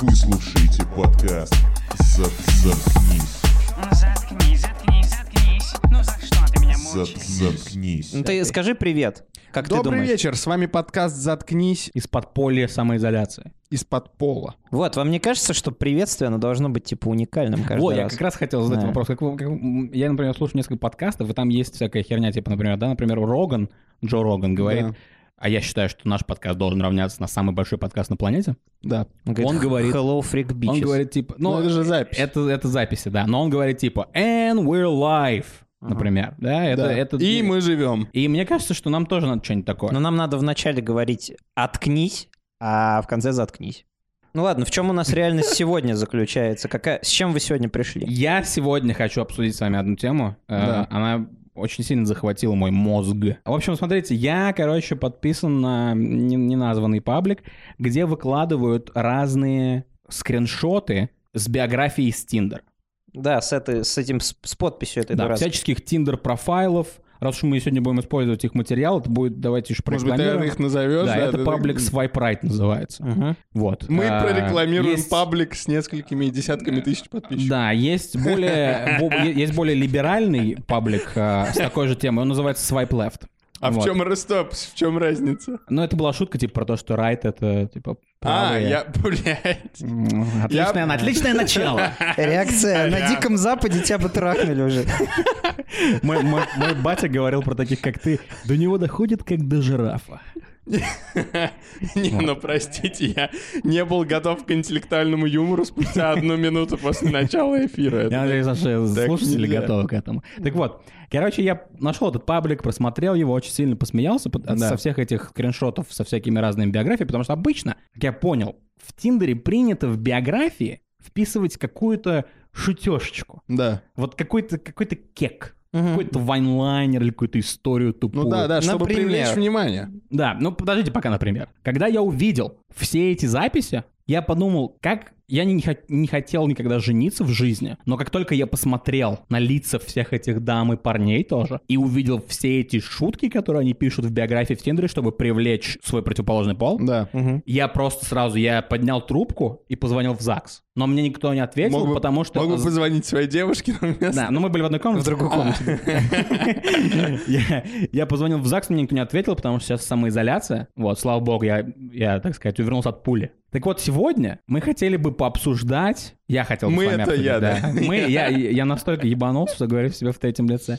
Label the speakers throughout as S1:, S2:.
S1: Вы слушаете подкаст «Зап- «Заткнись».
S2: Ну, Заткнись, заткнись, заткнись. Ну за что ты меня
S1: «Зап-
S2: мучаешь?
S1: «Заткнись».
S3: Ну ты скажи привет. Как ты
S4: Добрый
S3: думаешь?
S4: вечер, с вами подкаст «Заткнись»
S5: из-под поля самоизоляции.
S4: из-под пола.
S3: Вот, вам не кажется, что приветствие, оно должно быть типа уникальным каждый
S5: Во, я
S3: раз?
S5: как раз хотел задать
S3: Да.
S5: вопрос. Как вы- как вы- я, например, слушаю несколько подкастов, и там есть всякая херня, типа, например, да, например, Роган, Джо Роган говорит,
S4: Да.
S5: а я считаю, что наш подкаст должен равняться на самый большой подкаст на планете.
S4: Да.
S3: Он говорит,
S5: он говорит-
S3: Hello, freak bitches.
S5: Он говорит, типа, ну,
S4: Ну, это же запись.
S5: это, это записи, да, но он говорит, типа, and we're live, например, да, это...
S4: Да.
S5: это
S4: И мы живем.
S5: И мне кажется, что нам тоже надо что-нибудь такое.
S3: Но Ну, нам надо вначале говорить «откнись», а в конце «заткнись». Ну ладно, в чем у нас реальность сегодня заключается? Какая... С чем вы сегодня пришли?
S5: Я сегодня хочу обсудить с вами одну тему. Э,
S4: Да.
S5: Она очень сильно захватила мой мозг. В общем, смотрите, я, короче, подписан на не- неназванный паблик, где выкладывают разные скриншоты с биографией из Tinder.
S3: Да, с, этой, с этим, с, с подписью этой
S5: Да,
S3: дурацкой.
S5: всяческих Tinder-профайлов. Раз уж мы сегодня будем использовать их материал, это будет, давайте еще
S4: Может быть, ты
S5: прорекламируем.
S4: их назовешь?
S5: да, это
S4: ты-
S5: паблик Swipe Right называется.
S3: Мгм.
S5: Вот.
S4: Мы
S5: А,
S4: прорекламируем
S5: есть-
S4: паблик с несколькими десятками тысяч подписчиков.
S5: Да, есть более, бо- е- есть более либеральный паблик а, с такой же темой. Он называется Swipe Left.
S4: А в
S5: Вот.
S4: чем раз- стоп, в чем разница?
S5: Ну, это была шутка, типа, про то, что райт — это, типа,
S4: А,
S5: правые.
S4: я, блядь.
S5: М, Отличное,
S4: Я-
S5: отличное начало.
S3: Реакция. На Диком Западе тебя бы трахнули уже.
S5: Мой, мой- мой батя говорил про таких, как ты. До него доходит, как до жирафа.
S4: Не, ну простите, я не был готов к интеллектуальному юмору спустя одну минуту после начала эфира.
S5: Я
S4: Это-
S5: надеюсь, наши
S4: так
S5: слушатели
S4: нельзя.
S5: готовы к этому. Так вот, короче, я нашел этот паблик, просмотрел его, очень сильно посмеялся под-
S4: Да.
S5: со всех этих скриншотов, со всякими разными биографиями, потому что обычно, как я понял, в Тиндере принято в биографии вписывать какую-то шутешечку.
S4: Да.
S5: Вот какой-то какой-то кек,
S3: Мгм.
S5: какой-то вайнлайнер или какую-то историю тупую.
S4: Ну да, да, чтобы
S3: Например.
S4: привлечь внимание.
S5: Да, ну подождите пока, например. Когда я увидел все эти записи, я подумал, как... Я не, хо- не хотел никогда жениться в жизни, но как только я посмотрел на лица всех этих дам и парней тоже, и увидел все эти шутки, которые они пишут в биографии в Тиндере, чтобы привлечь свой противоположный пол,
S4: Да.
S3: Мгм.
S5: я просто сразу, я поднял трубку и позвонил в ЗАГС. Но мне никто не ответил,
S4: Мог бы-
S5: потому что...
S4: Могу позвонить своей девушке, но у меня
S5: Да, но мы были в одной комнате. В другой комнате. Я- Я позвонил в ЗАГС, мне никто не ответил, потому что сейчас самоизоляция. Вот, слава богу, я, я, так сказать, увернулся от пули. Так вот, сегодня мы хотели бы пообсуждать... Я хотел бы
S4: Мы
S5: с вами
S4: это
S5: обсудить,
S4: я, да.
S5: Мы, я, я настолько ебанулся, что говорю себя в третьем лице.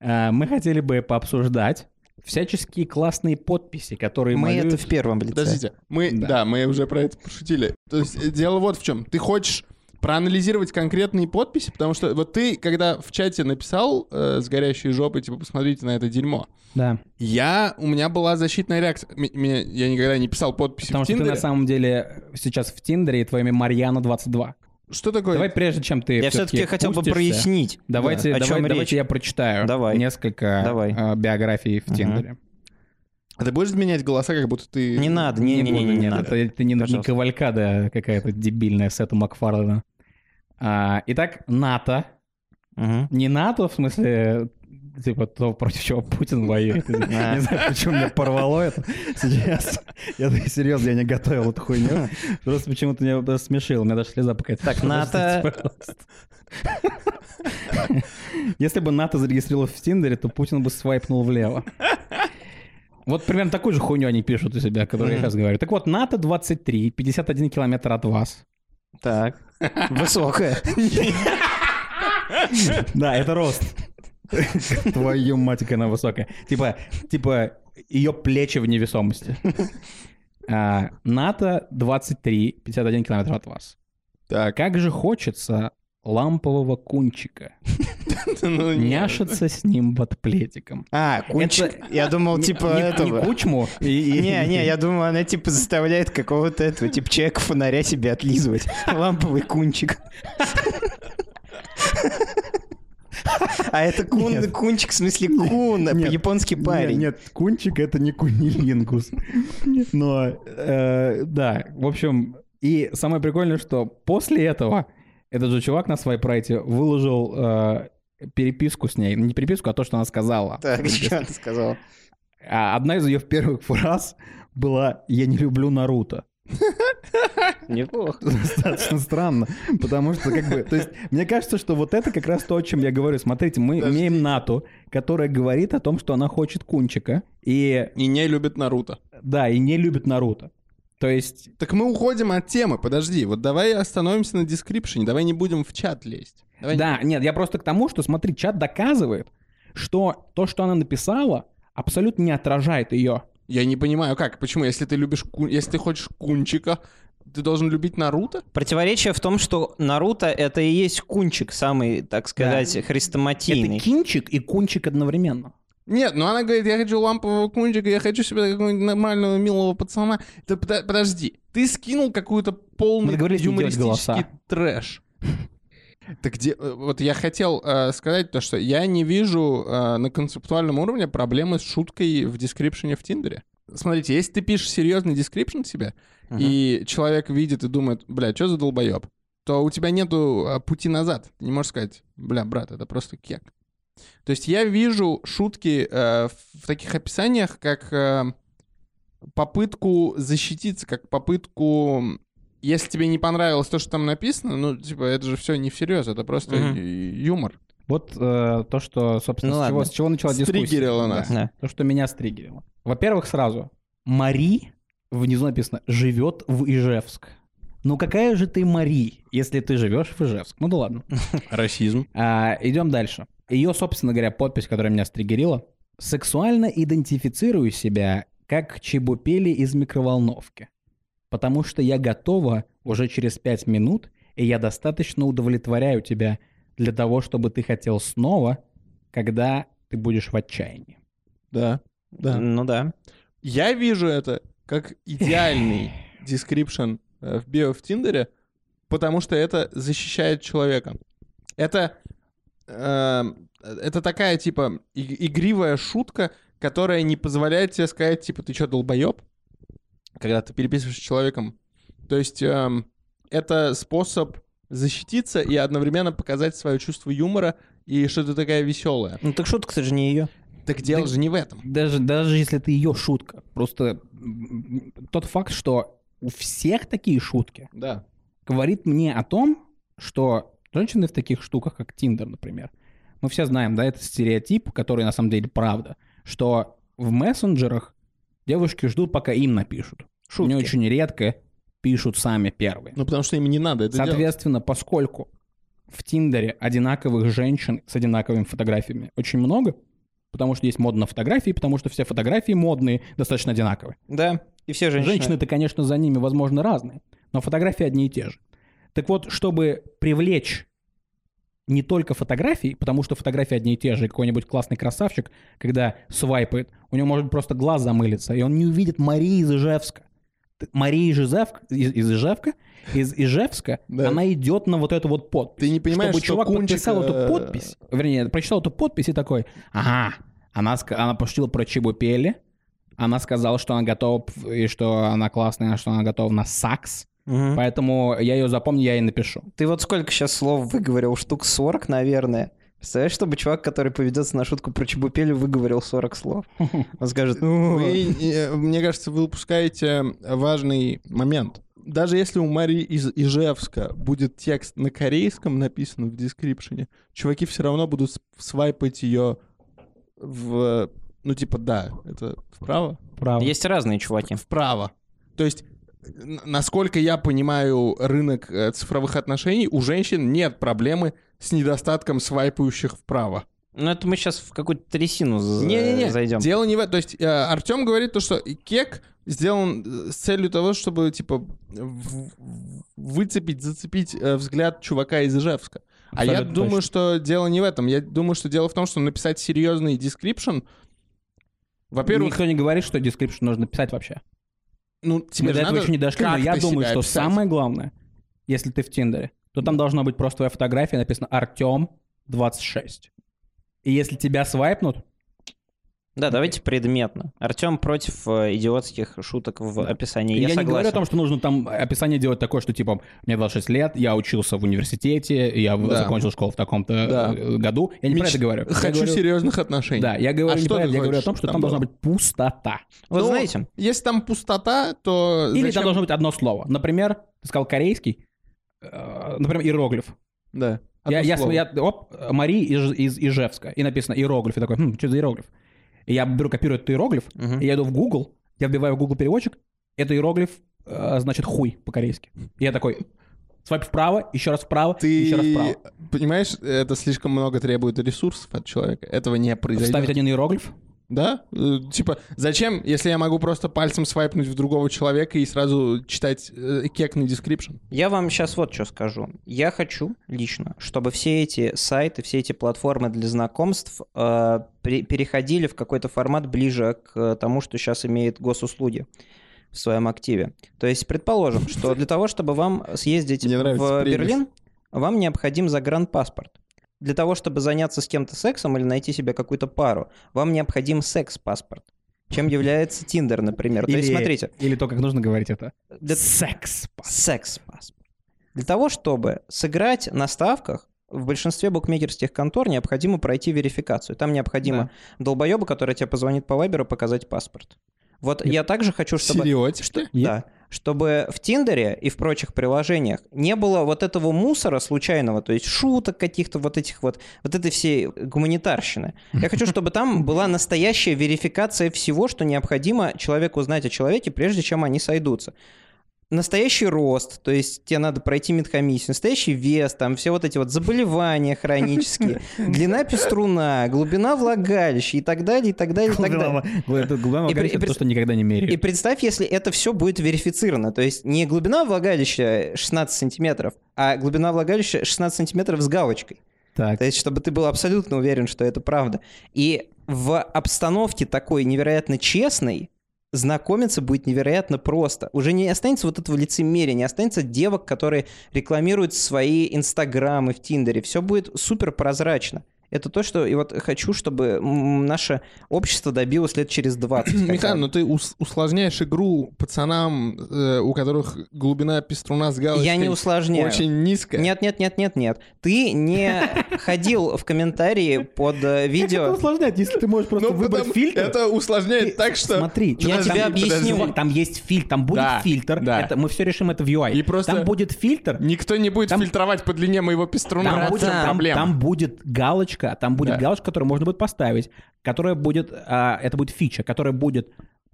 S5: Э, Мы хотели бы пообсуждать всяческие классные подписи, которые
S3: Мы
S5: малюют-
S3: это в первом лице.
S4: Подождите, мы, да.
S5: Да.
S4: мы уже про это пошутили. То есть э, дело вот в чем. Ты хочешь проанализировать конкретные подписи, потому что вот ты, когда в чате написал э, с горящей жопой, типа, посмотрите на это дерьмо,
S5: Да,
S4: я, у меня была защитная реакция. М- меня- я никогда не писал подписи
S5: потому
S4: в
S5: что ты
S4: Тиндере.
S5: на самом деле сейчас в Тиндере и твоими Марьяна 22.
S4: Что такое?
S5: Давай прежде, чем ты
S3: Я все-таки хотел бы
S5: прояснить.
S3: прояснить.
S5: Давайте,
S3: Да. О
S5: давай-
S3: чем
S5: давайте
S3: речь?
S5: я прочитаю
S3: Давай.
S5: несколько
S3: Давай.
S5: э, биографий в Тиндере.
S4: А Ты будешь менять голоса, как будто ты...
S3: Не надо, не, не, не, не,
S5: буду,
S3: не
S5: нет,
S3: надо.
S5: это, это не, не
S3: Пожалуйста.
S5: кавалькада какая-то дебильная Сета Макфарлана. А, итак, НАТО.
S3: Мгм.
S5: Не НАТО, в смысле, типа то, против чего Путин воюет.
S3: А.
S5: Не знаю, почему меня порвало это сейчас. Я серьезно, я не готовил эту хуйню. Просто почему-то меня даже смешило, у меня даже слеза покатилась.
S3: Так, НАТО-
S5: Подождите, пожалуйста. типа. Если бы НАТО зарегистрировалось в Тиндере, то Путин бы свайпнул влево. Вот примерно такую же хуйню они пишут у себя, которую я сейчас говорю. Так вот, НАТО 23, 51 километр от вас.
S3: Так. Высокая.
S5: Да, это рост. Твою мать, как она высокая. Типа, типа, ее плечи в невесомости. А, НАТО 23, 51 километр от вас.
S4: Так,
S5: Как же хочется лампового кунчика.
S4: ну, не-
S5: Няшиться с ним под плетиком.
S3: А, кунчик. Я думал, типа
S5: не, Не
S3: этого.
S5: кучму. и- и-
S3: Не, не, я думаю, она типа заставляет какого-то этого, типа человека в фонаря себе отлизывать. Ламповый кунчик. А это кун,
S5: Нет.
S3: кунчик, в смысле кун,
S5: Нет.
S3: по-японски
S5: Не,
S3: парень.
S5: Нет, кунчик это не кунилингус. Но, э, да, в общем, и самое прикольное, что после этого этот же чувак на свайпрайте выложил э, переписку с ней. Не переписку, а то, что она сказала.
S3: Так, что ты сказал?
S5: А одна из ее первых фраз была «Я не люблю Наруто».
S3: Неплохо.
S5: Достаточно странно, потому что как бы... То есть, мне кажется, что вот это как раз то, о чем я говорю. Смотрите, мы
S4: Подожди.
S5: имеем НАТО, которая говорит о том, что она хочет Кунчика. И
S4: И не любит Наруто.
S5: да, и не любит Наруто. То есть
S4: Так мы уходим от темы, подожди. Вот давай остановимся на дескрипшене, давай не будем в чат лезть. Давай не-
S5: Да, нет, я просто к тому, что, смотри, чат доказывает, что то, что она написала, абсолютно не отражает ее.
S4: Я не понимаю, как, почему, если ты любишь, ку- если ты хочешь кунчика, ты должен любить Наруто?
S3: Противоречие в том, что Наруто — это и есть кунчик самый, так сказать, хрестоматийный.
S5: Это кинчик и кунчик одновременно.
S4: Нет, ну она говорит, я хочу лампового кунчика, я хочу себе какого-нибудь нормального милого пацана. Ты подо- подожди, ты скинул какую-то полный
S5: Мы договорились не делать
S4: юмористический
S5: голоса.
S4: трэш. Так где, э, вот я хотел э, сказать то, что я не вижу э, на концептуальном уровне проблемы с шуткой в дескрипшене в Тиндере. Смотрите, если ты пишешь серьезный дескрипшн себе,
S3: Мгм.
S4: и человек видит и думает, бля, что за долбоеб, то у тебя нету а, пути назад. Ты не можешь сказать, бля, брат, это просто кек. То есть я вижу шутки э, в таких описаниях, как э, попытку защититься, как попытку... м, Если тебе не понравилось то, что там написано, ну, типа, это же все не всерьез, это просто
S3: Мгм.
S4: ю- юмор.
S5: Вот э, то, что, собственно,
S3: Ну
S5: с, чего,
S3: ладно.
S5: с чего начала дискуссия.
S4: Стриггерило нас.
S5: Да,
S3: Да.
S5: то, что меня стриггерило. Во-первых, сразу. Мари, внизу написано, живет в Ижевск. Ну какая же ты Мари, если ты живешь в Ижевск? Ну да ладно.
S4: Расизм.
S5: А, идем дальше. Ее, собственно говоря, подпись, которая меня стригерила. Сексуально идентифицирую себя как чебупели из микроволновки. Потому что я готова уже через пять минут, и я достаточно удовлетворяю тебя для того, чтобы ты хотел снова, когда ты будешь в отчаянии.
S4: Да, да.
S3: Ну да.
S4: Я вижу это как идеальный description э, в био в Тиндере, потому что это защищает человека. Это, э, это такая, типа, и- игривая шутка, которая не позволяет тебе сказать, типа, ты что, долбоеб? Когда ты переписываешься с человеком. То есть эм, это способ защититься и одновременно показать свое чувство юмора и что ты такая веселая.
S3: Ну так шутка, кстати, не ее.
S4: Так дело
S5: Да-
S4: же не в этом.
S5: Даже, даже если это ее шутка. Просто м, м, тот факт, что у всех такие шутки,
S4: Да.
S5: говорит мне о том, что женщины в таких штуках, как Тиндер, например, мы все знаем, да, это стереотип, который на самом деле правда, что в мессенджерах девушки ждут, пока им напишут.
S3: Шутки.
S5: Не очень редко пишут сами первые.
S4: Ну, потому что им не надо это делать.
S5: Соответственно, поскольку в Тиндере одинаковых женщин с одинаковыми фотографиями очень много, потому что есть мод на фотографии, потому что все фотографии модные, достаточно одинаковые.
S3: Да. И все женщины.
S5: Женщины-то, конечно, за ними, возможно, разные, но фотографии одни и те же. Так вот, чтобы привлечь не только фотографии, потому что фотографии одни и те же, и какой-нибудь классный красавчик, когда свайпает, у него может просто глаз замылиться, и он не увидит Марии из Ижевска. Т- Мария из Ижевска, из, из Ижевка, из Ижевска,
S4: Да.
S5: она идет на вот эту вот подпись.
S4: Ты не понимаешь,
S5: Чтобы
S4: что
S5: чувак
S4: Кунчик,
S5: подписал
S4: э,
S5: эту подпись, вернее, прочитал эту подпись и такой, ага, она, ска- она пошутила про чебупели, она сказала, что она готова, п- и что она классная, что она готова на сакс.
S3: Мгм.
S5: Поэтому я ее запомню, я ей напишу.
S3: Ты вот сколько сейчас слов выговорил? Штук 40, наверное. Представляешь, чтобы чувак, который поведется на шутку про чебупелю, выговорил 40 слов? Он скажет, ну...
S4: Вы, э, мне кажется, вы упускаете важный момент. Даже если у Марии из Ижевска будет текст на корейском написан в дескрипшене, чуваки все равно будут с- свайпать ее в... э, Ну, типа, да, это вправо?
S5: Правда.
S3: Есть разные чуваки.
S4: Вправо. То есть, н- насколько я понимаю рынок э, цифровых отношений, у женщин нет проблемы с недостатком свайпающих вправо.
S3: Но Ну, это мы сейчас в какую-то трясину за-
S4: Не-не-не,
S3: зайдем.
S4: дело не в этом. То есть Артем говорит то, что и кек сделан э, с целью того, чтобы, типа, в- в- выцепить, зацепить э, взгляд чувака из Ижевска. А я
S5: Абсолютно
S4: думаю,
S5: точно.
S4: что дело не в этом. Я думаю, что дело в том, что написать серьезный дескрипшн, во-первых,
S5: Никто не говорит, что description нужно писать вообще.
S4: ну, тебе
S5: Мы до
S4: же
S5: этого
S4: надо
S5: еще не дошли, но я
S4: как-то
S5: думаю,
S4: себя
S5: что
S4: описать.
S5: самое главное, если ты в Тиндере, то там должна быть просто твоя фотография, написано Артем 26. И если тебя свайпнут,
S3: Да, давайте предметно. Артем против э, идиотских шуток в описании. Я,
S5: я не говорю
S3: согласен.
S5: о том, что нужно там описание делать такое, что типа мне 26 лет, я учился в университете, я в-
S4: Да.
S5: закончил школу в таком-то
S4: Да.
S5: э, году. Я не про
S4: Меч-
S5: это говорю. Я
S4: Хочу
S5: говорю-
S4: серьезных отношений.
S5: Да, я говорю,
S4: А
S5: не
S4: что ты
S5: про это, я говорю о
S4: хочешь,
S5: том, что
S4: там
S5: там должна
S4: было?
S5: быть пустота.
S3: Вы
S4: Ну,
S3: знаете,
S4: Если там пустота, то...
S5: Или
S4: зачем-
S5: там должно быть одно слово. Например, ты сказал корейский, э, например, иероглиф.
S4: Да. Одно
S5: Я, я,
S4: слово.
S5: я- оп, Мари из, из Ижевска, и написано иероглиф. Я такой, хм, что за иероглиф? И я беру, копирую этот иероглиф,
S3: Мгм.
S5: и я иду в Google, я вбиваю в Google переводчик, это иероглиф э, значит хуй по-корейски. И я такой, свайп вправо, еще раз вправо,
S4: Ты
S5: еще раз вправо.
S4: понимаешь, это слишком много требует ресурсов от человека. Этого не произойдет.
S5: Вставить один иероглиф.
S4: Да? Э, Типа, зачем, если я могу просто пальцем свайпнуть в другого человека и сразу читать э, кекный description?
S3: я вам сейчас вот что скажу. Я хочу лично, чтобы все эти сайты, все эти платформы для знакомств э, пере- переходили в какой-то формат ближе к э, тому, что сейчас имеет госуслуги в своем активе. То есть, предположим, что для того, чтобы вам съездить
S4: Мне нравится
S3: в
S4: прелесть.
S3: Берлин, вам необходим загранпаспорт. Для того, чтобы заняться с кем-то сексом или найти себе какую-то пару, вам необходим секс-паспорт. Чем является Тиндер, например. То есть, смотрите,
S5: Или то, как нужно говорить это.
S3: для-
S5: Секс.
S3: Секс-паспорт. Для того, чтобы сыграть на ставках, в большинстве букмекерских контор необходимо пройти верификацию. Там необходимо долбоеба, который тебе позвонит по вайберу, показать паспорт. Вот
S5: Нет.
S3: я также хочу, чтобы...
S4: Стереотип? Что?
S5: Нет.
S3: Да. Чтобы в Тиндере и в прочих приложениях не было вот этого мусора случайного, то есть шуток каких-то вот этих вот, вот этой всей гуманитарщины. Я хочу, чтобы там была настоящая верификация всего, что необходимо человеку знать о человеке, прежде чем они сойдутся. Настоящий рост, то есть тебе надо пройти медкомиссию, настоящий вес, там все вот эти вот заболевания хронические, длина пеструна, глубина влагалища и так далее, и так далее, и так далее. И при- и при-
S5: то, что никогда не меряют.
S3: И представь, если это все будет верифицировано. То есть не глубина влагалища 16 сантиметров, а глубина влагалища 16 сантиметров с галочкой.
S5: Так.
S3: То есть, чтобы ты был абсолютно уверен, что это правда. И в обстановке такой невероятно честной знакомиться будет невероятно просто. Уже не останется вот этого лицемерия, не останется девок, которые рекламируют свои инстаграмы в Тиндере. Все будет супер прозрачно. Это то, что и вот хочу, чтобы м, наше общество добилось лет через 20. хотя бы.
S4: Михан, ну ты ус- усложняешь игру пацанам, э, у которых глубина пеструна с галочкой
S3: Я не усложняю.
S4: очень низкая.
S3: Нет, нет, нет, нет, нет. Ты не ходил в комментарии под э, видео.
S5: усложнять, если ты можешь
S4: Ну, потому- Это усложняет
S5: Ты-
S4: так, что...
S5: Смотри,
S3: Я
S5: там-
S3: тебе
S5: там-
S3: объясню.
S5: подожди. Там есть фильтр, там будет
S4: Да,
S5: фильтр.
S4: да.
S5: Это, мы все решим это в UI.
S4: И просто-
S5: Там будет фильтр.
S4: Никто не будет
S5: Там-
S4: фильтровать по длине моего пеструна.
S5: Там
S3: Братан.
S5: будет, там-
S4: проблем.
S5: там будет галочка, там будет
S4: Да.
S5: галочка, которую можно будет поставить, которая будет, а, это будет фича, которая будет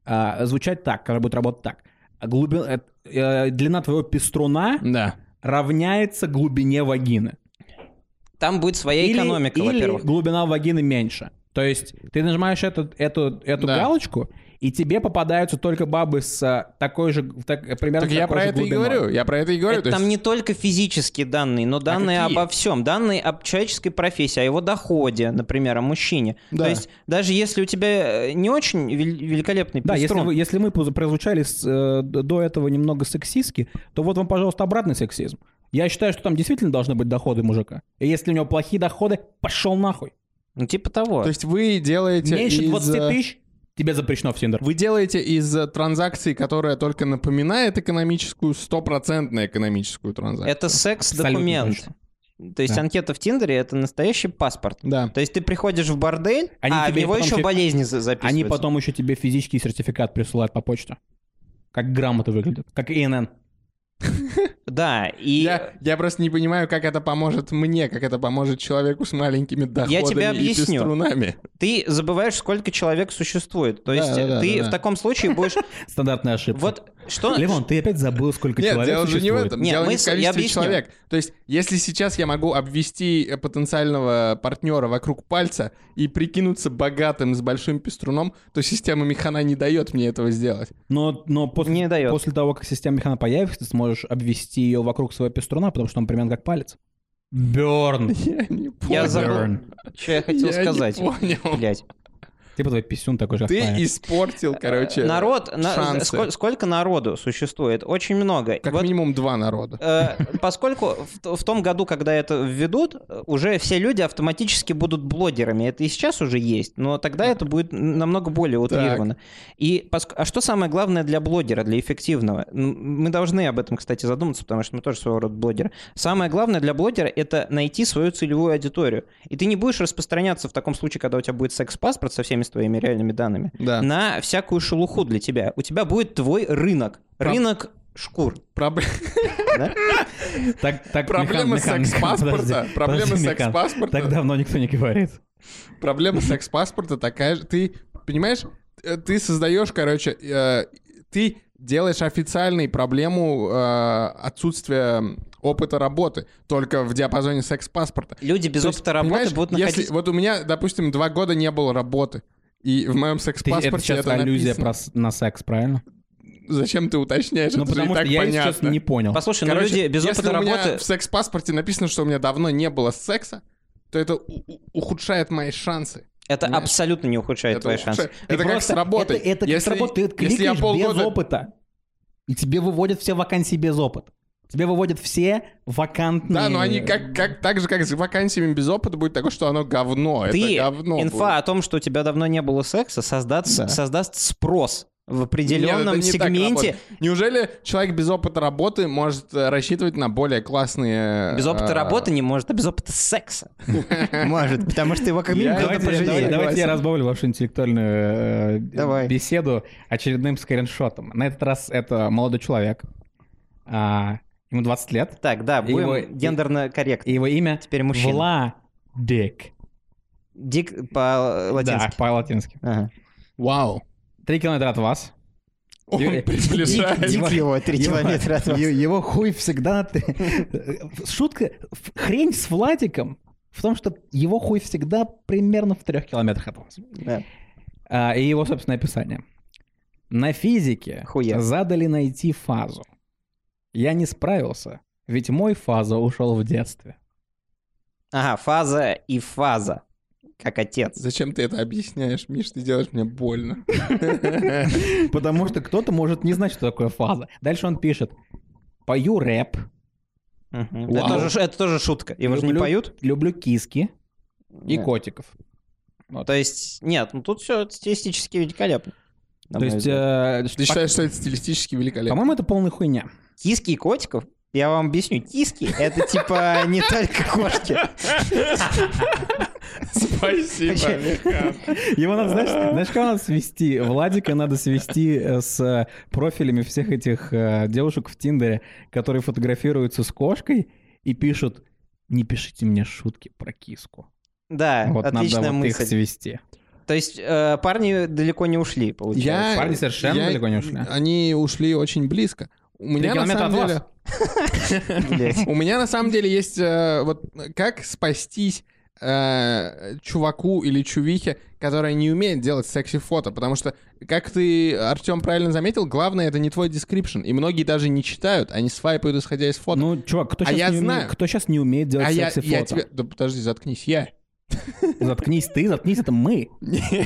S5: а, звучать так, которая будет работать так. Глубин- э, э, длина твоего пеструна
S4: Да.
S5: равняется глубине вагины.
S3: Там будет своя
S5: Или-
S3: экономика,
S5: или
S3: во-первых.
S5: глубина вагины меньше. То есть ты нажимаешь эту, эту, эту
S4: Да.
S5: галочку, и тебе попадаются только бабы с а, такой же, так, примерно
S4: Так я
S5: такой
S4: про
S5: же
S4: это и
S5: глубиной.
S4: говорю. Я про это и говорю.
S3: Это
S4: то
S3: там
S4: есть-
S3: не только физические данные,
S5: А
S3: но данные
S4: какие?
S3: обо всем. Данные об человеческой профессии, о его доходе, например, о мужчине.
S4: Да.
S3: То есть даже если у тебя э, не очень вел- великолепный
S5: Да, если,
S3: пестрон,
S5: вы- если мы поза- прозвучали с, э, д- до этого немного сексистски, то вот вам, пожалуйста, обратный сексизм. Я считаю, что там действительно должны быть доходы мужика. И если у него плохие доходы, пошел нахуй.
S3: ну типа того.
S4: То есть вы делаете
S5: Меньше
S4: из... э,
S5: 20 тысяч, тебе запрещено в Тиндер.
S4: Вы делаете из э, транзакции, которая только напоминает экономическую, стопроцентно экономическую транзакцию.
S3: это
S5: Абсолютно
S3: секс-документ.
S5: точно.
S3: То есть
S5: Да.
S3: анкета в Тиндере это настоящий паспорт.
S4: Да.
S3: То есть ты приходишь в бордель,
S5: Они
S3: а в
S5: тебе
S3: него
S5: потом
S3: еще
S5: фиг-
S3: болезни за- записываются.
S5: Они потом еще тебе физический сертификат присылают по почте. Как грамота выглядит. Как ИНН.
S3: Да, и...
S4: Я, я просто не понимаю, как это поможет мне, как это поможет человеку с маленькими доходами
S3: тебе
S4: и
S3: объясню.
S4: пеструнами.
S3: ты забываешь, сколько человек существует. То
S4: Да,
S3: есть
S4: да, да,
S3: ты
S4: да,
S3: в
S4: да.
S3: таком случае будешь...
S5: Стандартная ошибка.
S3: Вот что...
S5: Левон, ты опять забыл, сколько
S4: ну, Нет,
S5: человек
S4: дело же не в
S5: существует.
S4: этом,
S3: Нет,
S4: дело не в
S3: мысль- я
S4: количестве
S3: объясню.
S4: человек. То есть, если сейчас я могу обвести э, потенциального партнера вокруг пальца и прикинуться богатым с большим пеструном, то система механа не дает мне этого сделать.
S5: Но, но после,
S3: Не дает.
S5: после того, как система механа появится, ты сможешь обвести ее вокруг своего пеструна, потому что он примерно как палец. Берн.
S4: Я не понял.
S3: Я забыл,
S5: Burn.
S3: что я хотел
S4: Я не
S3: сказать.
S4: понял.
S3: Блять.
S5: Типа твой писюн такой же.
S4: Ты
S5: как моя.
S4: испортил, короче,
S3: Э, Народ, на-
S4: шансы.
S3: ско- сколько народу существует? Очень много.
S4: Как
S3: Вот,
S4: минимум два народа.
S3: э, поскольку в, т- в том году, когда это введут, э, уже все люди автоматически будут блогерами. Это и сейчас уже есть, но тогда это будет н- намного более утрировано. И поск- А что самое главное для блогера, для эффективного? М, Мы должны об этом, кстати, задуматься, потому что мы тоже своего рода блогеры. Самое главное для блогера — это найти свою целевую аудиторию. И ты не будешь распространяться в таком случае, когда у тебя будет секс-паспорт со всеми твоими реальными данными
S4: Да.
S3: на всякую шелуху для тебя. У тебя будет твой рынок.
S4: Проб-
S3: Рынок шкур.
S4: Проб-
S3: да?
S5: Так, так,
S4: Проблемы
S5: Михан, Михан,
S4: секс-паспорта.
S5: подожди,
S4: Проблемы
S5: подожди, Михан. Так
S4: секс-паспорта.
S5: давно никто не говорит.
S4: Проблема секс-паспорта такая же. Ты понимаешь, э, ты создаешь, короче, э, ты делаешь официальной проблему э, отсутствия опыта работы только в диапазоне секс-паспорта.
S3: Люди без
S4: То есть,
S3: опыта работы
S4: понимаешь,
S3: будут
S4: если-
S3: находить...
S4: Вот у меня, допустим, два года не было работы. И в моем
S5: Ты- это
S4: секс-паспорте
S5: сейчас
S4: это,
S5: аллюзия
S4: написано.
S5: про с- на секс, правильно?
S4: Зачем ты уточняешь?
S5: Ну,
S4: это же и
S5: потому что
S4: так
S5: я
S4: понятно.
S5: сейчас не понял.
S3: Послушай, ну
S4: Короче,
S3: люди без
S4: если
S3: опыта
S4: у меня
S3: работы...
S4: в секс-паспорте написано, что у меня давно не было секса, то это у- у- ухудшает мои шансы.
S3: Это
S4: понимаешь?
S3: абсолютно не ухудшает
S4: Это
S3: твои
S4: ухудшает.
S3: шансы.
S5: Ты
S4: Это как
S5: просто-
S4: с работой.
S5: Это, это как с
S4: Если-
S5: работой. Ты
S4: если я
S5: кликаешь без
S4: полгода-
S5: опыта. И тебе выводят все вакансии без опыта. Тебе выводят все вакантные...
S4: Да, но они как, как так же, как с вакансиями без опыта, будет такое, что оно говно.
S3: Ты,
S4: это говно
S3: инфа о том, что у тебя давно не было секса, создаст,
S5: Да.
S3: создаст спрос в
S4: будет. Нет, это
S3: определенном
S4: не так
S3: сегменте.
S4: работает. Неужели человек без опыта работы может э, рассчитывать на более классные...
S3: Без опыта
S4: э,
S3: работы не может, а без опыта секса может, потому что его как минимум
S4: Я-
S3: кто-то
S5: Давайте, я- давайте-
S3: пожалеет.
S5: давайте я
S4: Согласен.
S5: разбавлю вашу интеллектуальную э,
S3: Давай.
S5: беседу очередным скриншотом. На этот раз это молодой человек. А, ему 20 лет.
S3: Так, да,
S5: Его-
S3: будем гендерно
S5: И
S3: корректно.
S5: его имя
S3: Теперь мужчина.
S5: Владик.
S3: Дик по-латински.
S5: Да, по-латински.
S3: Ага.
S4: Вау.
S5: Три километра от вас.
S4: Он
S5: Е-
S4: приближается.
S5: Дик-
S3: Дик его, три
S5: Его-
S3: километра от вас.
S5: е- Его хуй всегда... ты- Шутка, ф- хрень с Владиком в том, что его хуй всегда примерно в трех километрах от вас.
S3: Да.
S5: А, и его, собственно, описание. На физике
S3: Хуя.
S5: задали найти фазу. Я не справился, ведь мой фаза ушел в детстве.
S3: Ага, фаза и фаза. Как отец.
S4: Зачем ты это объясняешь, Миш? Ты делаешь мне больно.
S5: Потому что кто-то может не знать, что такое фаза. Дальше он пишет. Пою рэп,
S3: Мгм.
S4: Вау.
S3: Это, тоже, ш- это тоже шутка. Его же не
S5: Люблю.
S3: поют.
S5: люблю киски и
S3: Да.
S5: котиков.
S3: То есть, нет, ну тут все стилистически великолепно. на
S5: То
S3: мой
S5: есть,
S3: взгляд.
S5: э,
S4: Ты считаешь, что это стилистически великолепно?
S5: по-моему, это полная хуйня.
S3: Киски и котиков? Я вам объясню. Киски — это типа не только кошки.
S4: Спасибо, Михан.
S5: Его надо, знаешь, знаешь, кого надо свести? Владика надо свести э, с э, профилями всех этих э, девушек в Тиндере, которые фотографируются с кошкой и пишут «Не пишите мне шутки про киску».
S3: Да,
S5: Вот
S3: отличная
S5: надо вот их
S3: мысль.
S5: свести.
S3: То есть э, парни далеко не ушли, получается.
S5: Парни совершенно далеко не ушли.
S4: Они ушли очень близко. У меня на
S5: километра
S4: самом
S5: от
S4: деле,
S3: Блядь.
S4: у меня на самом деле есть э, вот как спастись э, чуваку или чувихе, которая не умеет делать секси фото, потому что, как ты Артем правильно заметил, главное это не твой description, и многие даже не читают, они свайпают исходя из фото.
S5: Ну, чувак, кто
S4: А я
S5: сейчас не,
S4: знаю.
S5: уме- кто щас не умеет делать
S4: а я,
S5: секси-фото?
S4: я тебе, да подожди, заткнись, я.
S5: Заткнись ты, заткнись, это мы. Ну,
S4: Нет,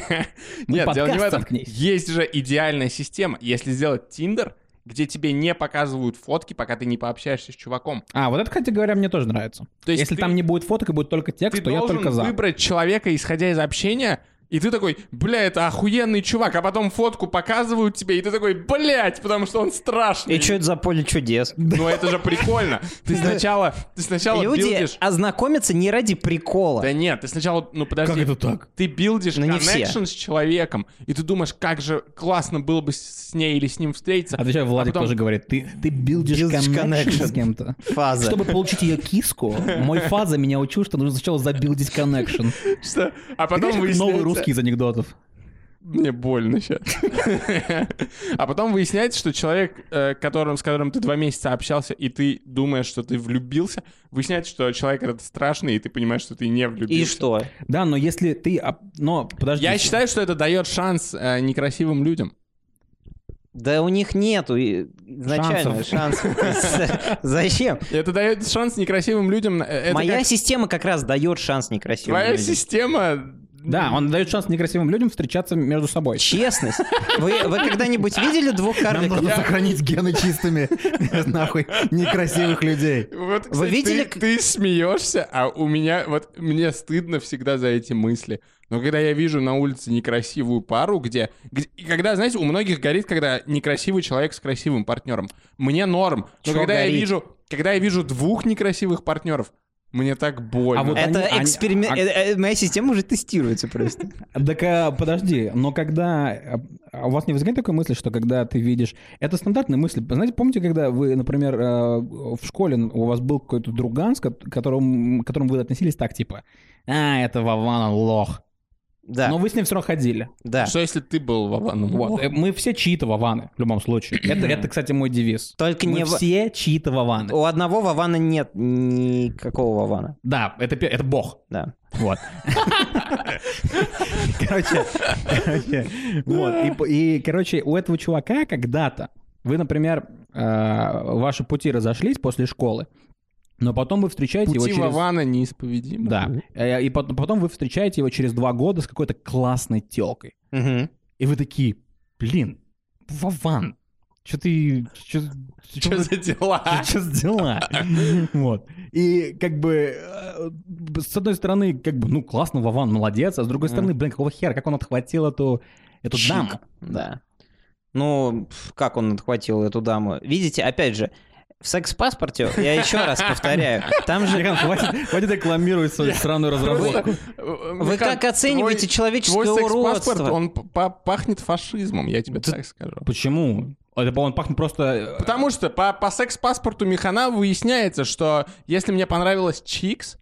S4: дело не
S5: подкаст
S4: в этом.
S5: заткнись.
S4: Есть же идеальная система. Если сделать Тиндер, где тебе не показывают фотки, пока ты не пообщаешься с чуваком.
S5: А, вот это, кстати говоря, мне тоже нравится.
S4: То есть
S5: Если
S4: ты-
S5: там не будет фоток и будет только
S4: Ты
S5: текст, то я
S4: должен
S5: только за.
S4: выбрать человека, исходя из общения, и ты такой, бля, это охуенный чувак, а потом фотку показывают тебе, и ты такой, блядь, потому что он страшный.
S3: И что это за поле чудес?
S4: Ну это же прикольно. Ты сначала, ты сначала
S3: Люди
S4: билдишь...
S3: ознакомятся не ради прикола.
S4: Да нет, ты сначала, ну подожди.
S5: Как это так?
S4: Ты билдишь
S3: Ну, не все.
S4: connection с человеком, и ты думаешь, как же классно было бы с ней или с ним встретиться.
S5: Отвечаю, А Владик
S4: А потом-
S5: тоже говорит, ты, ты билдишь,
S3: Билдишь
S5: connection
S3: connection.
S5: с кем-то.
S3: Фаза.
S5: Чтобы получить ее киску, мой фаза меня учил, что нужно сначала забилдить коннекшн.
S4: Что? А потом
S5: Знаешь, как новый
S4: выясняется...
S5: русский из анекдотов.
S4: Мне больно сейчас. А потом выясняется, что человек, э, которым, с которым ты два месяца общался, и ты думаешь, что ты влюбился, выясняется, что человек этот страшный, и ты понимаешь, что ты не влюбился.
S3: И что?
S5: Да, но если ты... оп- Но, подожди.
S4: Я считаю, что это дает шанс э, некрасивым людям.
S3: Да у них нету и- изначально шансов. Зачем?
S4: Это дает шанс некрасивым людям. э, это
S3: Моя
S4: как
S3: система как раз дает шанс некрасивым
S4: Твоя
S3: людям.
S4: система
S5: Да, он дает шанс некрасивым людям встречаться между собой.
S3: Честность. Вы, вы когда-нибудь видели двух
S6: Нам
S3: карликов?
S6: нужно сохранить гены чистыми, нахуй, некрасивых людей.
S4: Вот,
S3: Вы
S4: кстати,
S3: видели,
S4: ты,
S3: к-
S4: ты смеешься, а у меня вот мне стыдно всегда за эти мысли. Но когда я вижу на улице некрасивую пару, где, где- и когда, знаете, у многих горит, когда некрасивый человек с красивым партнером. Мне норм. Но
S3: Чё
S4: когда я
S3: горит?
S4: вижу, когда я вижу двух некрасивых партнеров, мне так больно.
S5: А вот-
S3: Это
S5: Они- они-
S3: эксперимент.
S5: а-
S3: э, э, Моя система уже тестируется просто.
S5: Так а, подожди, но когда... а, а У вас не возникает такой мысли, что когда ты видишь... Это стандартная мысль. Знаете, помните, когда вы, например, э, в школе у вас был какой-то друган, с ко- которым, к которому вы относились так, типа, а, это Вован, он лох.
S3: Да,
S5: Но вы с ним все равно ходили.
S3: да.
S4: Что если ты был Вованом?
S5: Вот. Э, Мы все чьи-то Вованы, в любом случае. Это, это кстати, мой девиз.
S3: Только
S5: Мы
S3: не... в-
S5: все чьи-то Вованы.
S3: У одного Вавана нет никакого Вавана.
S5: Да, это, пе- это бог.
S3: Да.
S5: Вот.
S6: Короче,
S5: Короче, Вот. И по- И, короче, у этого чувака когда-то, вы, например, э, ваши пути разошлись после школы, но потом вы встречаете его
S4: Пути
S5: через...
S4: Вована неисповедимы.
S5: Да. Э, И пот- потом вы встречаете его через два года с какой-то классной телкой.
S3: Мгм.
S5: И вы такие, блин, Вован, что ты... Что
S4: Что за дела?
S5: Сейчас дела? Вот. И как бы, э, с одной стороны, как бы, ну, классно, Вован, молодец, а с другой стороны, блин, какого хера, как он отхватил эту, эту
S3: Чик.
S5: даму?
S3: Да. Ну, пф, как он отхватил эту даму? Видите, опять же, в секс-паспорте, я еще раз повторяю, там же...
S5: Жиган, хватит, хватит рекламировать свою странную разработку.
S3: Вы как оцениваете человеческое
S4: Твой секс-паспорт,
S3: уродство?
S4: он п- па- пахнет фашизмом, я тебе так скажу.
S5: Почему? Это, по-моему, пахнет просто... э,
S4: Потому что по, по секс-паспорту Михана выясняется, что если мне понравилась Чикс,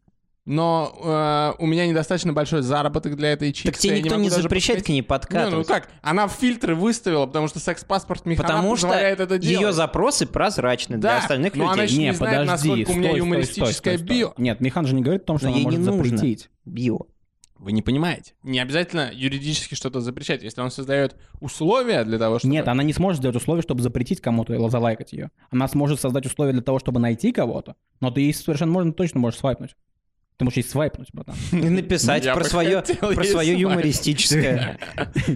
S4: но э, у меня недостаточно большой заработок для этой Чикс.
S3: Так тебе
S4: я
S3: никто
S4: могу
S3: не
S4: даже
S3: запрещает к
S4: подходить.
S3: ней
S4: Не, ну
S3: подкатывать.
S4: как? Она в фильтры выставила, потому что секс-паспорт Михана
S3: Потому что
S4: позволяет это делать.
S3: ее запросы прозрачны
S4: Да,
S3: для остальных
S4: но она
S3: людей.
S4: ещё
S5: Не,
S4: не знает,
S5: подожди,
S4: насколько у меня
S5: стой, стой,
S4: юмористическое
S5: стой, стой, стой.
S4: био.
S5: Нет, Михан же не говорит о том, что
S3: Но
S5: она
S3: ей
S5: может
S3: не нужно.
S5: запретить.
S3: Био.
S4: Вы не понимаете. Не обязательно юридически что-то запрещать. Если он создает условия для того, чтобы...
S5: Нет, она не сможет сделать условия, чтобы запретить кому-то или залайкать ее. Она сможет создать условия для того, чтобы найти кого-то, но ты ей совершенно можно, точно можешь свайпнуть. Ты можешь ей свайпнуть, братан.
S3: И написать
S4: Я
S3: про
S4: бы
S3: свое,
S4: хотел
S3: про
S4: ей
S3: свое
S4: смайлик.
S3: юмористическое.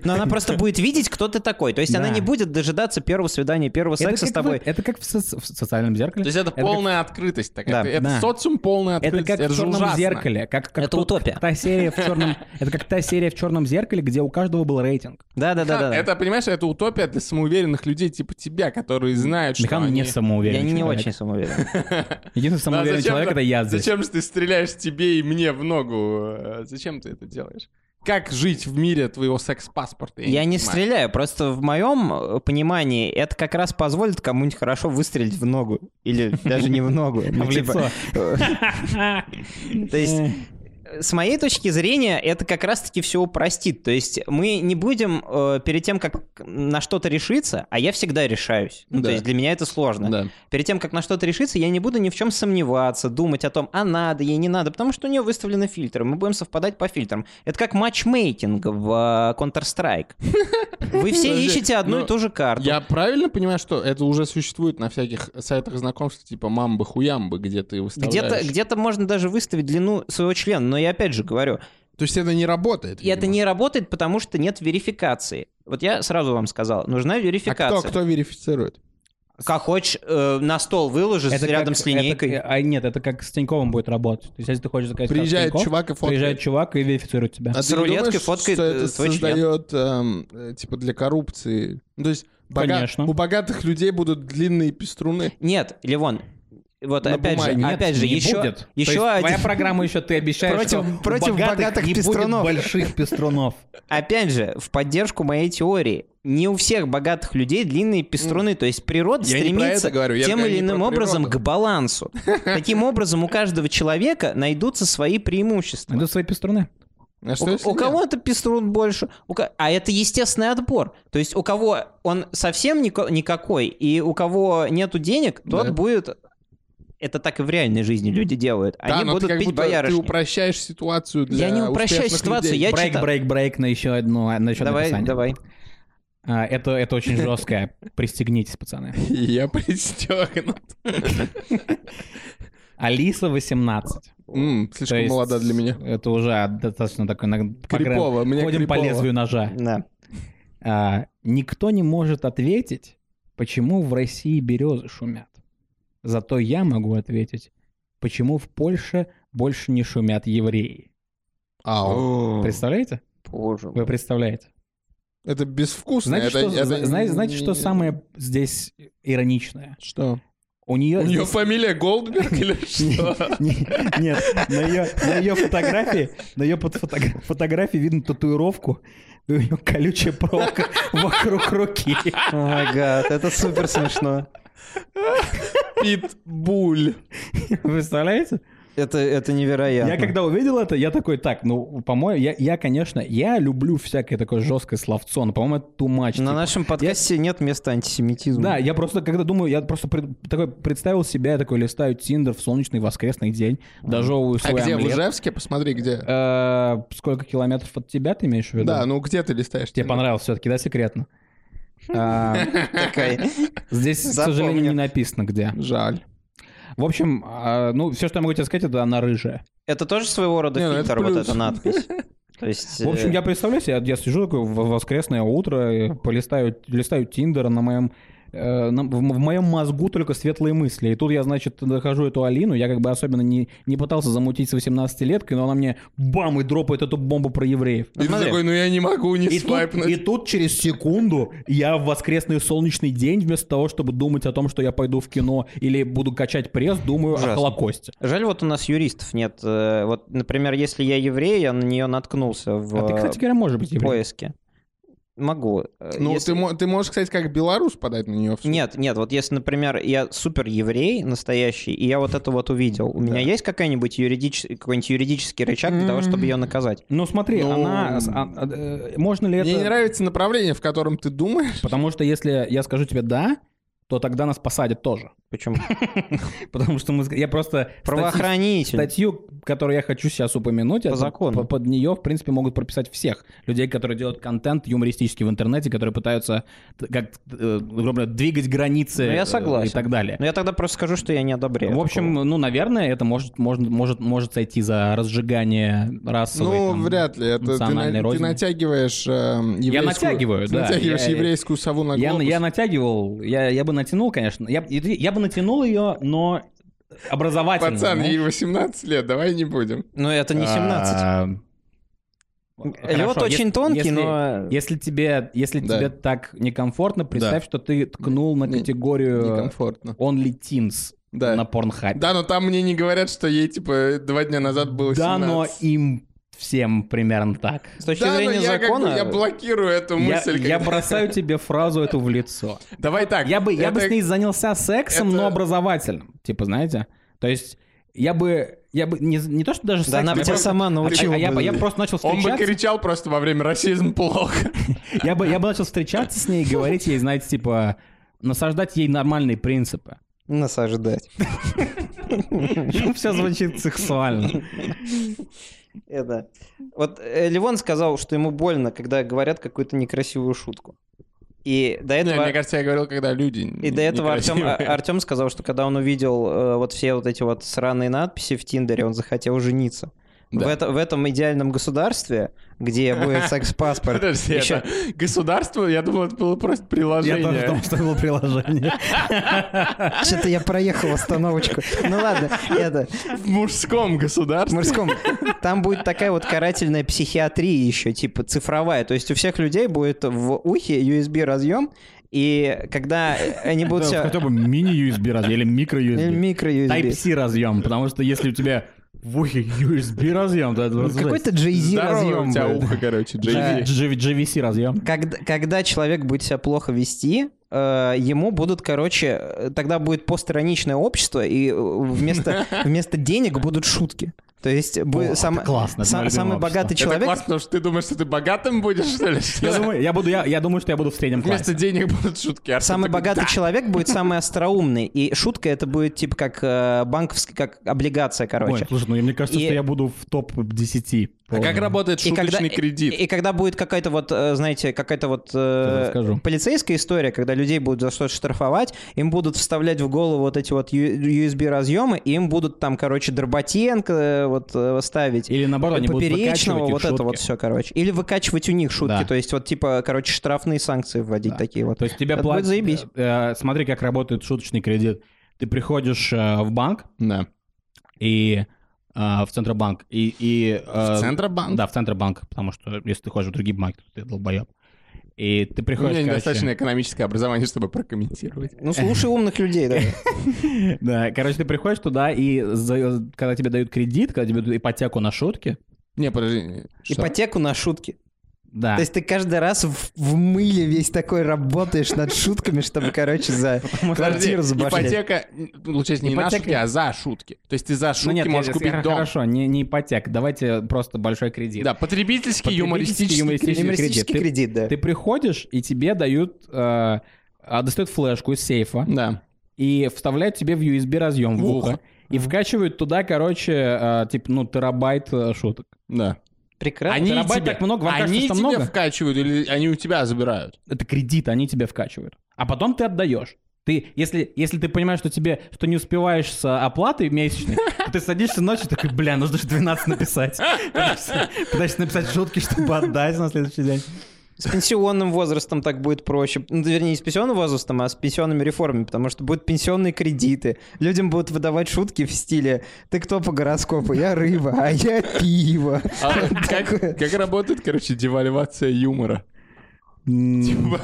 S3: Но она просто будет видеть, кто ты такой. То есть она
S5: Да.
S3: не будет дожидаться первого свидания, первого
S5: Это
S3: секса с
S5: как
S3: тобой.
S5: в- это как в, соци- в социальном
S4: То
S5: зеркале.
S4: есть это,
S5: как-
S4: полная открытость такая.
S3: Да,
S4: Это- это
S5: да.
S4: социум полная
S5: Это
S4: открытость.
S5: как в
S4: же
S5: черном
S4: ужасно.
S5: зеркале. Как, как
S3: Это
S5: тот-
S3: утопия.
S5: Та серия в черном, это как та серия в черном зеркале, где у каждого был рейтинг.
S3: Да, да, да,
S4: Михан,
S3: да.
S4: Это, понимаешь, это утопия для самоуверенных людей типа тебя, которые знают, что
S5: Михан
S4: они...
S5: не самоуверен.
S3: Я не
S5: человек.
S3: очень самоуверен.
S5: Единственный
S4: Да,
S5: самоуверенный
S4: зачем
S5: человек
S4: ты-
S5: это я здесь.
S4: Зачем же ты стреляешь тебе и мне в ногу? Э, Зачем ты это делаешь? Как жить в мире твоего секс-паспорта?
S3: Я не
S4: понимаю.
S3: стреляю, просто в моем понимании это как раз позволит кому-нибудь хорошо выстрелить в ногу. Или даже не в ногу.
S5: А
S3: ну,
S5: в
S3: типа,
S5: лицо.
S3: То есть, э, с моей точки зрения, это как раз-таки все упростит. То есть, мы не будем э, перед тем, как на что-то решиться, а я всегда решаюсь. Ну,
S4: Да.
S3: то есть, для меня это сложно.
S4: Да.
S3: Перед тем, как на что-то решиться, я не буду ни в чем сомневаться, думать о том, а надо, ей не надо, потому что у нее выставлены фильтры, мы будем совпадать по фильтрам. Это как матчмейкинг в э, Counter-Strike. Вы все
S4: Подожди,
S3: ищете одну
S4: но
S3: и ту же карту.
S4: Я правильно понимаю, что это уже существует на всяких сайтах знакомств типа «Мамбы-хуямбы», где ты выставляешь...
S3: Где-то где можно даже выставить длину своего члена, но я опять же говорю,
S4: То есть это не работает?
S3: и это
S4: видимо.
S3: не работает, потому что нет верификации. Вот я сразу вам сказал, нужна
S4: А
S3: верификация.
S4: кто, кто верифицирует?
S3: Как хочешь, э, на стол выложи с-
S5: Это
S3: рядом
S5: как-
S3: с линейкой.
S5: это- А нет, это как с Тиньковым будет работать. То есть, если ты хочешь заказать
S4: Приезжает
S5: Тинькофф,
S4: чувак и фоткает.
S5: приезжает чувак и верифицирует тебя.
S4: А
S3: С
S4: ты не
S3: рулеткой
S4: думаешь,
S3: фоткает,
S4: что это
S3: э, твой член?
S4: создает, эм, э, типа, для коррупции? Ну, То есть бога-
S5: Конечно.
S4: у богатых людей будут длинные пеструны.
S3: Нет, Левон, вот
S4: На
S3: опять же,
S4: бумаге.
S5: А, Нет,
S3: опять же,
S5: не
S3: еще,
S5: будет. То
S3: еще
S5: есть
S3: один...
S5: Твоя программа еще ты обещаешь,
S3: Против-
S5: что у
S3: против богатых
S5: не будет
S3: пеструнов.
S5: больших пеструнов.
S3: Опять же, в поддержку моей теории, не у всех богатых людей длинные пеструны, то есть природа
S4: Я не про это
S3: стремится
S4: говорю, я
S3: тем
S4: говорю
S3: или
S4: не про
S3: иным образом
S4: природу.
S3: к балансу. Таким образом, у каждого человека найдутся свои преимущества.
S5: Это свои пеструны.
S4: А
S3: У,
S4: что, если
S3: у
S4: нет?
S3: кого-то пеструн больше, у ко- а это естественный отбор. То есть у кого он совсем нико- никакой, и у кого нету денег, тот
S4: Да.
S3: будет... Это так и в реальной жизни люди делают.
S4: Да,
S3: Они
S4: но ты
S3: будут
S4: как
S3: пить
S4: будто
S3: боярышник.
S4: Ты упрощаешь ситуацию для
S3: Я не упрощаю
S4: успешных
S3: ситуацию,
S4: людей.
S3: я
S5: брейк,
S3: читал.
S5: брейк, брейк на еще одну, на еще одно
S3: Давай,
S5: описание.
S3: давай.
S5: А, это, это очень жестко. Пристегнитесь, пацаны.
S4: Я пристегнут.
S5: Алиса 18.
S4: М,
S5: То
S4: слишком
S5: есть
S4: молода для меня.
S5: Это уже достаточно такой... на- по грани-
S4: Крипово, мне
S5: Ходим по
S4: крипово.
S5: лезвию ножа.
S3: Да.
S5: А, никто не может ответить, почему в России березы шумят. Зато я могу ответить, почему в Польше больше не шумят евреи.
S4: Ау.
S5: Представляете?
S3: Боже
S5: Вы представляете?
S4: Это безвкусно.
S5: Знаете,
S4: это-
S5: что,
S4: это
S5: зна- знаете, знаете, что
S4: не-
S5: самое здесь ироничное?
S4: Что?
S5: У нее...
S4: У нее
S5: здесь-
S4: фамилия Голдберг или что?
S5: Не- Нет, на ее, на ее фотографии, на ее под фото- фотографии видно татуировку, и у нее колючая проволока вокруг руки.
S3: мой гад, это супер смешно.
S4: Питбуль.
S5: Вы представляете?
S3: Это, это невероятно.
S5: Я когда увидел это, я такой, так, ну, по-моему, я, я, конечно, я люблю всякое такое жесткое словцо, но, по-моему, это too
S4: Ну,
S5: much.
S3: На
S5: типа.
S3: нашем подкасте нет места антисемитизму.
S5: Да, я просто, когда думаю, я просто пред- такой представил себя, я такой листаю Тиндер в солнечный воскресный день, дожевываю
S4: А
S5: свой
S4: где? В
S5: омлет.
S4: Ижевске? Посмотри, где.
S5: Э, Сколько километров от тебя ты имеешь в виду?
S4: Да, ну где ты листаешь?
S5: Тебе понравилось все-таки, да, секретно? А,
S3: Такая.
S5: Здесь, к
S3: Запомню.
S5: сожалению, не написано где.
S4: Жаль.
S5: В общем, а, ну, все, что я могу тебе сказать, это она рыжая.
S3: Это тоже своего рода
S4: Не, ну это
S3: фильтр, вот
S4: плюс.
S3: эта надпись. То есть,
S5: В общем,
S3: э,
S5: я представляю себе, я сижу такой в воскресное утро, и полистаю, листаю Тиндер на моем э, на- в, м- в моем мозгу только светлые мысли. И тут я, значит, нахожу эту Алину. Я как бы особенно не, не пытался замутить с 18-леткой, но она мне бам и дропает эту бомбу про евреев.
S4: И ты
S3: смотри.
S4: такой, ну я не могу не
S5: И тут, и
S4: свайпнуть.
S5: тут через секунду я в воскресный солнечный день, вместо того, чтобы думать о том, что я пойду в кино или буду качать пресс, думаю о
S3: Ужасно.
S5: Холокосте.
S3: жаль, вот у нас юристов нет. Э, Вот, например, если я еврей, я на нее наткнулся в
S5: А ты, кстати говоря, может быть
S3: э,
S5: еврей.
S3: поиске. Могу. Э,
S4: Ну,
S3: если-
S4: ты мо- ты можешь, кстати, как белорус подать на нее в суд.
S3: Нет, нет, вот если, например, я супер еврей настоящий, и я вот это вот увидел, у меня есть какая-нибудь юридич... какой-нибудь юридический рычаг для того, чтобы ее наказать?
S5: Ну смотри,
S4: Ну,
S5: она... с- а- а- э, можно ли
S4: Мне
S5: это...
S4: не нравится направление, в котором ты думаешь.
S5: Потому что если я скажу тебе «да», то тогда нас посадят тоже.
S3: Почему?
S5: Потому что мы... ск- Я просто... статью-
S3: Правоохранитель.
S5: Статью, которую я хочу сейчас упомянуть,
S3: По
S5: это
S3: закону.
S5: по- под нее, в принципе, могут прописать всех людей, которые делают контент юмористический в интернете, которые пытаются, т- как, э, грубо говоря, двигать границы
S3: Ну, я
S5: э,
S3: согласен.
S5: и так далее.
S3: Ну, я тогда просто скажу, что я не одобряю.
S5: В общем, ну, наверное, это может, может, может, может сойти за разжигание расовой
S4: Ну,
S5: там,
S4: вряд ли. Это ты, на-
S5: национальной
S4: ты
S5: розни.
S4: натягиваешь эм, еврейскую...
S5: натягиваю,
S4: ты
S5: да.
S4: натягиваешь
S5: Я- э,
S4: еврейскую сову на
S5: Я,
S4: глобус.
S5: я натягивал, я, я бы натянул, конечно. Я, б- я бы натянул ее, но образовательно. ну,
S4: Пацан,
S5: знаешь.
S4: ей 18 лет, давай не будем.
S3: Ну, это не 17.
S5: А, хорошо,
S3: Лед
S5: ес-
S3: очень тонкий,
S5: если-
S3: но...
S5: Если тебе, если
S4: Да.
S5: тебе так некомфортно, представь, что ты ткнул на
S4: Не-
S5: категорию
S4: Некомфортно.
S5: Only Teens
S4: Да.
S5: на Pornhub.
S4: Да, но там мне не говорят, что ей, типа, два дня назад было 17.
S5: Да, но им всем примерно так.
S3: С точки
S4: Да, но
S3: зрения
S4: я, как бы-
S3: закона...
S4: я блокирую эту
S5: Я,
S4: мысль.
S5: я
S4: когда-
S5: бросаю тебе фразу эту в лицо.
S4: Давай так.
S5: Я бы, я бы
S4: это-
S5: с ней занялся сексом,
S4: это-
S5: но образовательным. Типа, знаете? То есть я бы... Я бы не, не то, что даже
S3: Да
S5: сексом,
S3: она бы
S5: я
S3: тебя
S5: просто-
S3: сама
S5: а- а
S3: научила.
S5: я,
S3: бы.
S5: бы- я просто начал
S4: Он бы
S5: встречаться.
S4: кричал просто во время «расизм плохо».
S5: Я бы, я бы начал встречаться с ней и говорить ей, знаете, типа, насаждать ей нормальные принципы.
S3: Насаждать.
S5: Все Ну, звучит сексуально.
S3: Это. Вот э, Левон сказал, что ему больно, когда говорят какую-то некрасивую шутку. И до
S4: Не,
S3: этого...
S4: Мне кажется, я говорил, когда люди
S3: И до этого Артем, Артем сказал, что когда он увидел э, вот все вот эти вот сраные надписи в Тиндере, он захотел жениться. В,
S4: Да.
S3: это- в этом идеальном государстве, где будет секс-паспорт,
S4: Подожди,
S3: Ещё-
S4: это государство, я думал, это было просто
S5: Я тоже
S4: приложение.
S5: думал, что это было приложение.
S3: Что-то я проехал остановочку. Ну ладно, это,
S4: В мужском
S3: в
S4: государстве.
S3: морском. Там будет такая вот карательная психиатрия еще, типа цифровая. То есть у всех людей будет в ухе USB-разъем, и когда они будут все...
S5: бы мини-USB разъем или микро-USB.
S3: Микро-USB.
S5: Type-C разъем, потому что если у тебя в ухе USB разъем, то это просто
S3: Ну, Какой-то Jay-Z
S4: Здоровое
S3: разъем
S4: у тебя
S3: будет.
S4: ухо, короче,
S5: G-
S4: Джей
S5: G- GVC разъем.
S3: Когда, когда человек будет себя плохо вести, э, ему будут, короче, э, тогда будет постироничное общество, и э, вместо, вместо денег будут шутки. То есть бу-
S5: О,
S3: сам-
S5: это классно, это
S3: сам-
S5: мое любимое
S3: самый
S5: общество.
S3: богатый
S4: Это
S3: человек...
S4: классно, потому что ты думаешь, что ты богатым будешь, что ли? что
S5: Я
S4: ли?
S5: думаю, я буду, я, я думаю, что я буду в среднем
S4: Вместо
S5: классе.
S4: денег будут шутки. Артем
S3: Самый
S4: такой,
S3: богатый человек будет самый остроумный. И шутка это будет типа как э, банковский, как облигация,
S5: Ой,
S3: короче.
S5: слушай, ну мне кажется,
S3: И-
S5: что я буду в топ-10
S4: А как работает
S3: И когда-
S4: шуточный кредит?
S3: И, и когда будет какая-то вот, э, знаете, какая-то вот
S5: Сейчас
S3: э,
S5: расскажу.
S3: полицейская история, когда людей будут за что-то штрафовать, им будут вставлять в голову вот эти вот USB-разъемы, и им будут там, короче, Дроботенко э, вот э, ставить.
S5: Или наоборот, они будут
S3: поперечного,
S5: выкачивать их
S3: вот это
S5: шутки.
S3: вот все, короче. Или выкачивать у них шутки,
S5: Да.
S3: то есть вот типа, короче, штрафные санкции вводить
S5: Да.
S3: такие вот.
S5: То есть тебе
S3: Это будет
S5: платят...
S3: заебись.
S5: э, э, смотри, как работает шуточный кредит. Ты приходишь э, в банк
S4: Да.
S5: и э, в Центробанк. И, и, э,
S4: В Центробанк?
S5: Да, в Центробанк, потому что если ты ходишь в другие банки, то ты долбоеб. И ты
S4: Ну, У меня
S5: приходишь, короче-
S4: недостаточно экономическое образование, чтобы прокомментировать.
S3: Ну, слушай умных людей, да.
S5: Да, короче, ты приходишь туда, и за- когда тебе дают кредит, когда тебе дают ипотеку на шутки,
S4: Не, подожди. что?
S3: Ипотеку на шутки.
S5: да.
S4: А.
S3: То есть ты каждый раз в, в мыле весь такой работаешь над шутками, чтобы, короче, за
S4: Подожди,
S3: квартиру забашлять.
S4: ипотека, м, получается, не на
S5: Ипотека-
S4: шутки, а за шутки. То есть ты за шутки
S5: Ну нет,
S4: можешь
S5: я-
S4: купить
S5: я-
S4: дом.
S5: Хорошо, не, не ипотека, давайте просто большой кредит.
S4: Да, потребительский,
S5: Потребительский,
S4: юмористический.
S5: юмористический
S3: Юмористический
S5: кредит. Ты-
S3: кредит, да.
S5: Ты приходишь, и тебе дают... э, а, достают флешку из сейфа
S4: Да.
S5: и вставляют тебе в USB разъем в
S4: В
S5: ухо.
S4: ухо.
S5: И вкачивают туда, короче, э, типа, ну, терабайт э, шуток.
S4: Да.
S3: Прекрасно.
S5: Они-
S4: тебе,
S5: терабайт так много, вам кажется,
S4: они
S5: что
S4: тебе
S5: много?
S4: вкачивают или они у тебя забирают?
S5: Это кредит, они тебе вкачивают. А потом ты отдаешь. Ты, если, если ты понимаешь, что тебе, что не успеваешь с а, оплатой месячной, то ты садишься ночью и такой, бля, нужно же 12 написать. Пытаешься пытаешься написать шутки, чтобы отдать на следующий день.
S3: С пенсионным возрастом так будет проще. Ну, вернее, не с пенсионным возрастом, а с пенсионными реформами, потому что будут пенсионные кредиты. Людям будут выдавать шутки в стиле «Ты кто по гороскопу? Я рыба, а я пиво».
S4: А как, как работает, короче, девальвация юмора? Типа,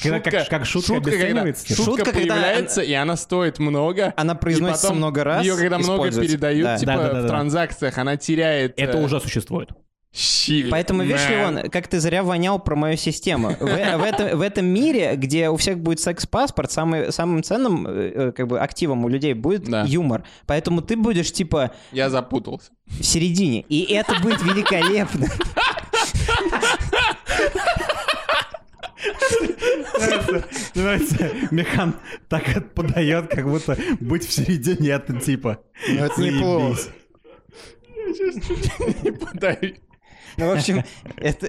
S5: Когда как- как шутка
S4: когда-
S5: обесценивается, типа.
S4: шутка
S3: Шутка, когда
S4: появляется, и она стоит много.
S3: Она
S4: и
S3: произносится
S4: потом
S3: много раз,
S4: Ее, когда много
S3: используется.
S4: передают,
S3: Да.
S4: типа,
S5: Да-да-да-да.
S4: в транзакциях, она теряет...
S5: Это
S4: э,
S5: уже существует.
S4: щи.
S3: Поэтому, видишь,
S4: Да.
S3: Леон, как ты зря вонял про мою систему. В, в этом, в этом мире, где у всех будет секс-паспорт, самый, самым ценным э, э, как бы, активом у людей будет
S4: Да.
S3: юмор. Поэтому ты будешь, типа,
S4: Я запутался.
S3: в середине. И это будет великолепно.
S5: Нравится, Механ так подает, как будто быть в середине это типа.
S6: Ну, это неплохо.
S4: Дай.
S3: Ну, в общем, это...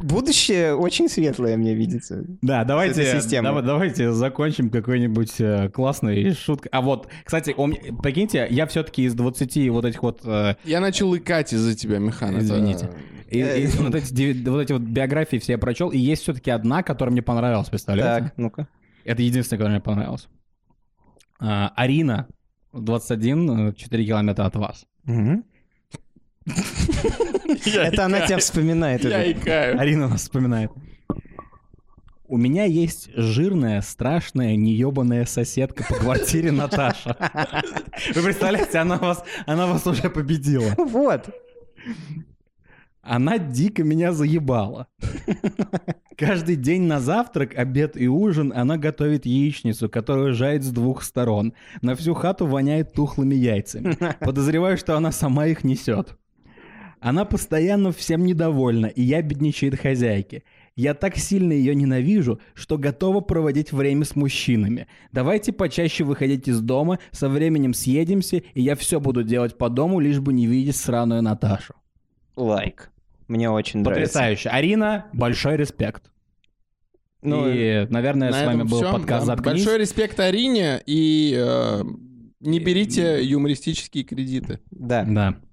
S3: Будущее очень светлое, мне видится.
S5: Да,
S3: этой
S5: давайте,
S3: системой.
S5: дава- давайте закончим какой-нибудь э, классной шуткой. А вот, кстати, у меня- прикиньте, я все-таки из 20 вот этих вот... э,
S4: Я начал икать из-за тебя, Механ. это-
S5: Извините. и- и
S3: Э.
S5: вот, эти, деви- вот эти вот биографии все я прочел, и есть все-таки одна, которая мне понравилась, представляете?
S3: Так, ну-ка.
S5: Это единственная, которая мне понравилась. А, Арина, 21, э, 4 километра от вас.
S4: Я
S3: Это она
S4: икаю.
S3: тебя вспоминает
S4: Я
S3: уже.
S4: икаю.
S5: Арина нас вспоминает. У меня есть жирная, страшная, неебаная соседка по квартире Наташа. Вы представляете, она вас, она вас уже победила.
S3: Вот.
S5: Она дико меня заебала. Каждый день на завтрак, обед и ужин она готовит яичницу, которую жает с двух сторон. На всю хату воняет тухлыми яйцами. Подозреваю, что она сама их несет. Она постоянно всем недовольна, и я бедничает хозяйки. Я так сильно ее ненавижу, что готова проводить время с мужчинами. Давайте почаще выходить из дома, со временем съедемся, и я все буду делать по дому, лишь бы не видеть сраную Наташу.
S3: Лайк. Мне очень нравится.
S5: Потрясающе. Арина, большой респект.
S3: Ну,
S5: и, наверное,
S4: На
S5: с вами
S4: этом
S5: был
S4: всё.
S5: подкаст
S4: Да.
S5: «Заткнись».
S4: Большой респект Арине и э, не берите юмористические кредиты.
S3: Да.
S5: Да.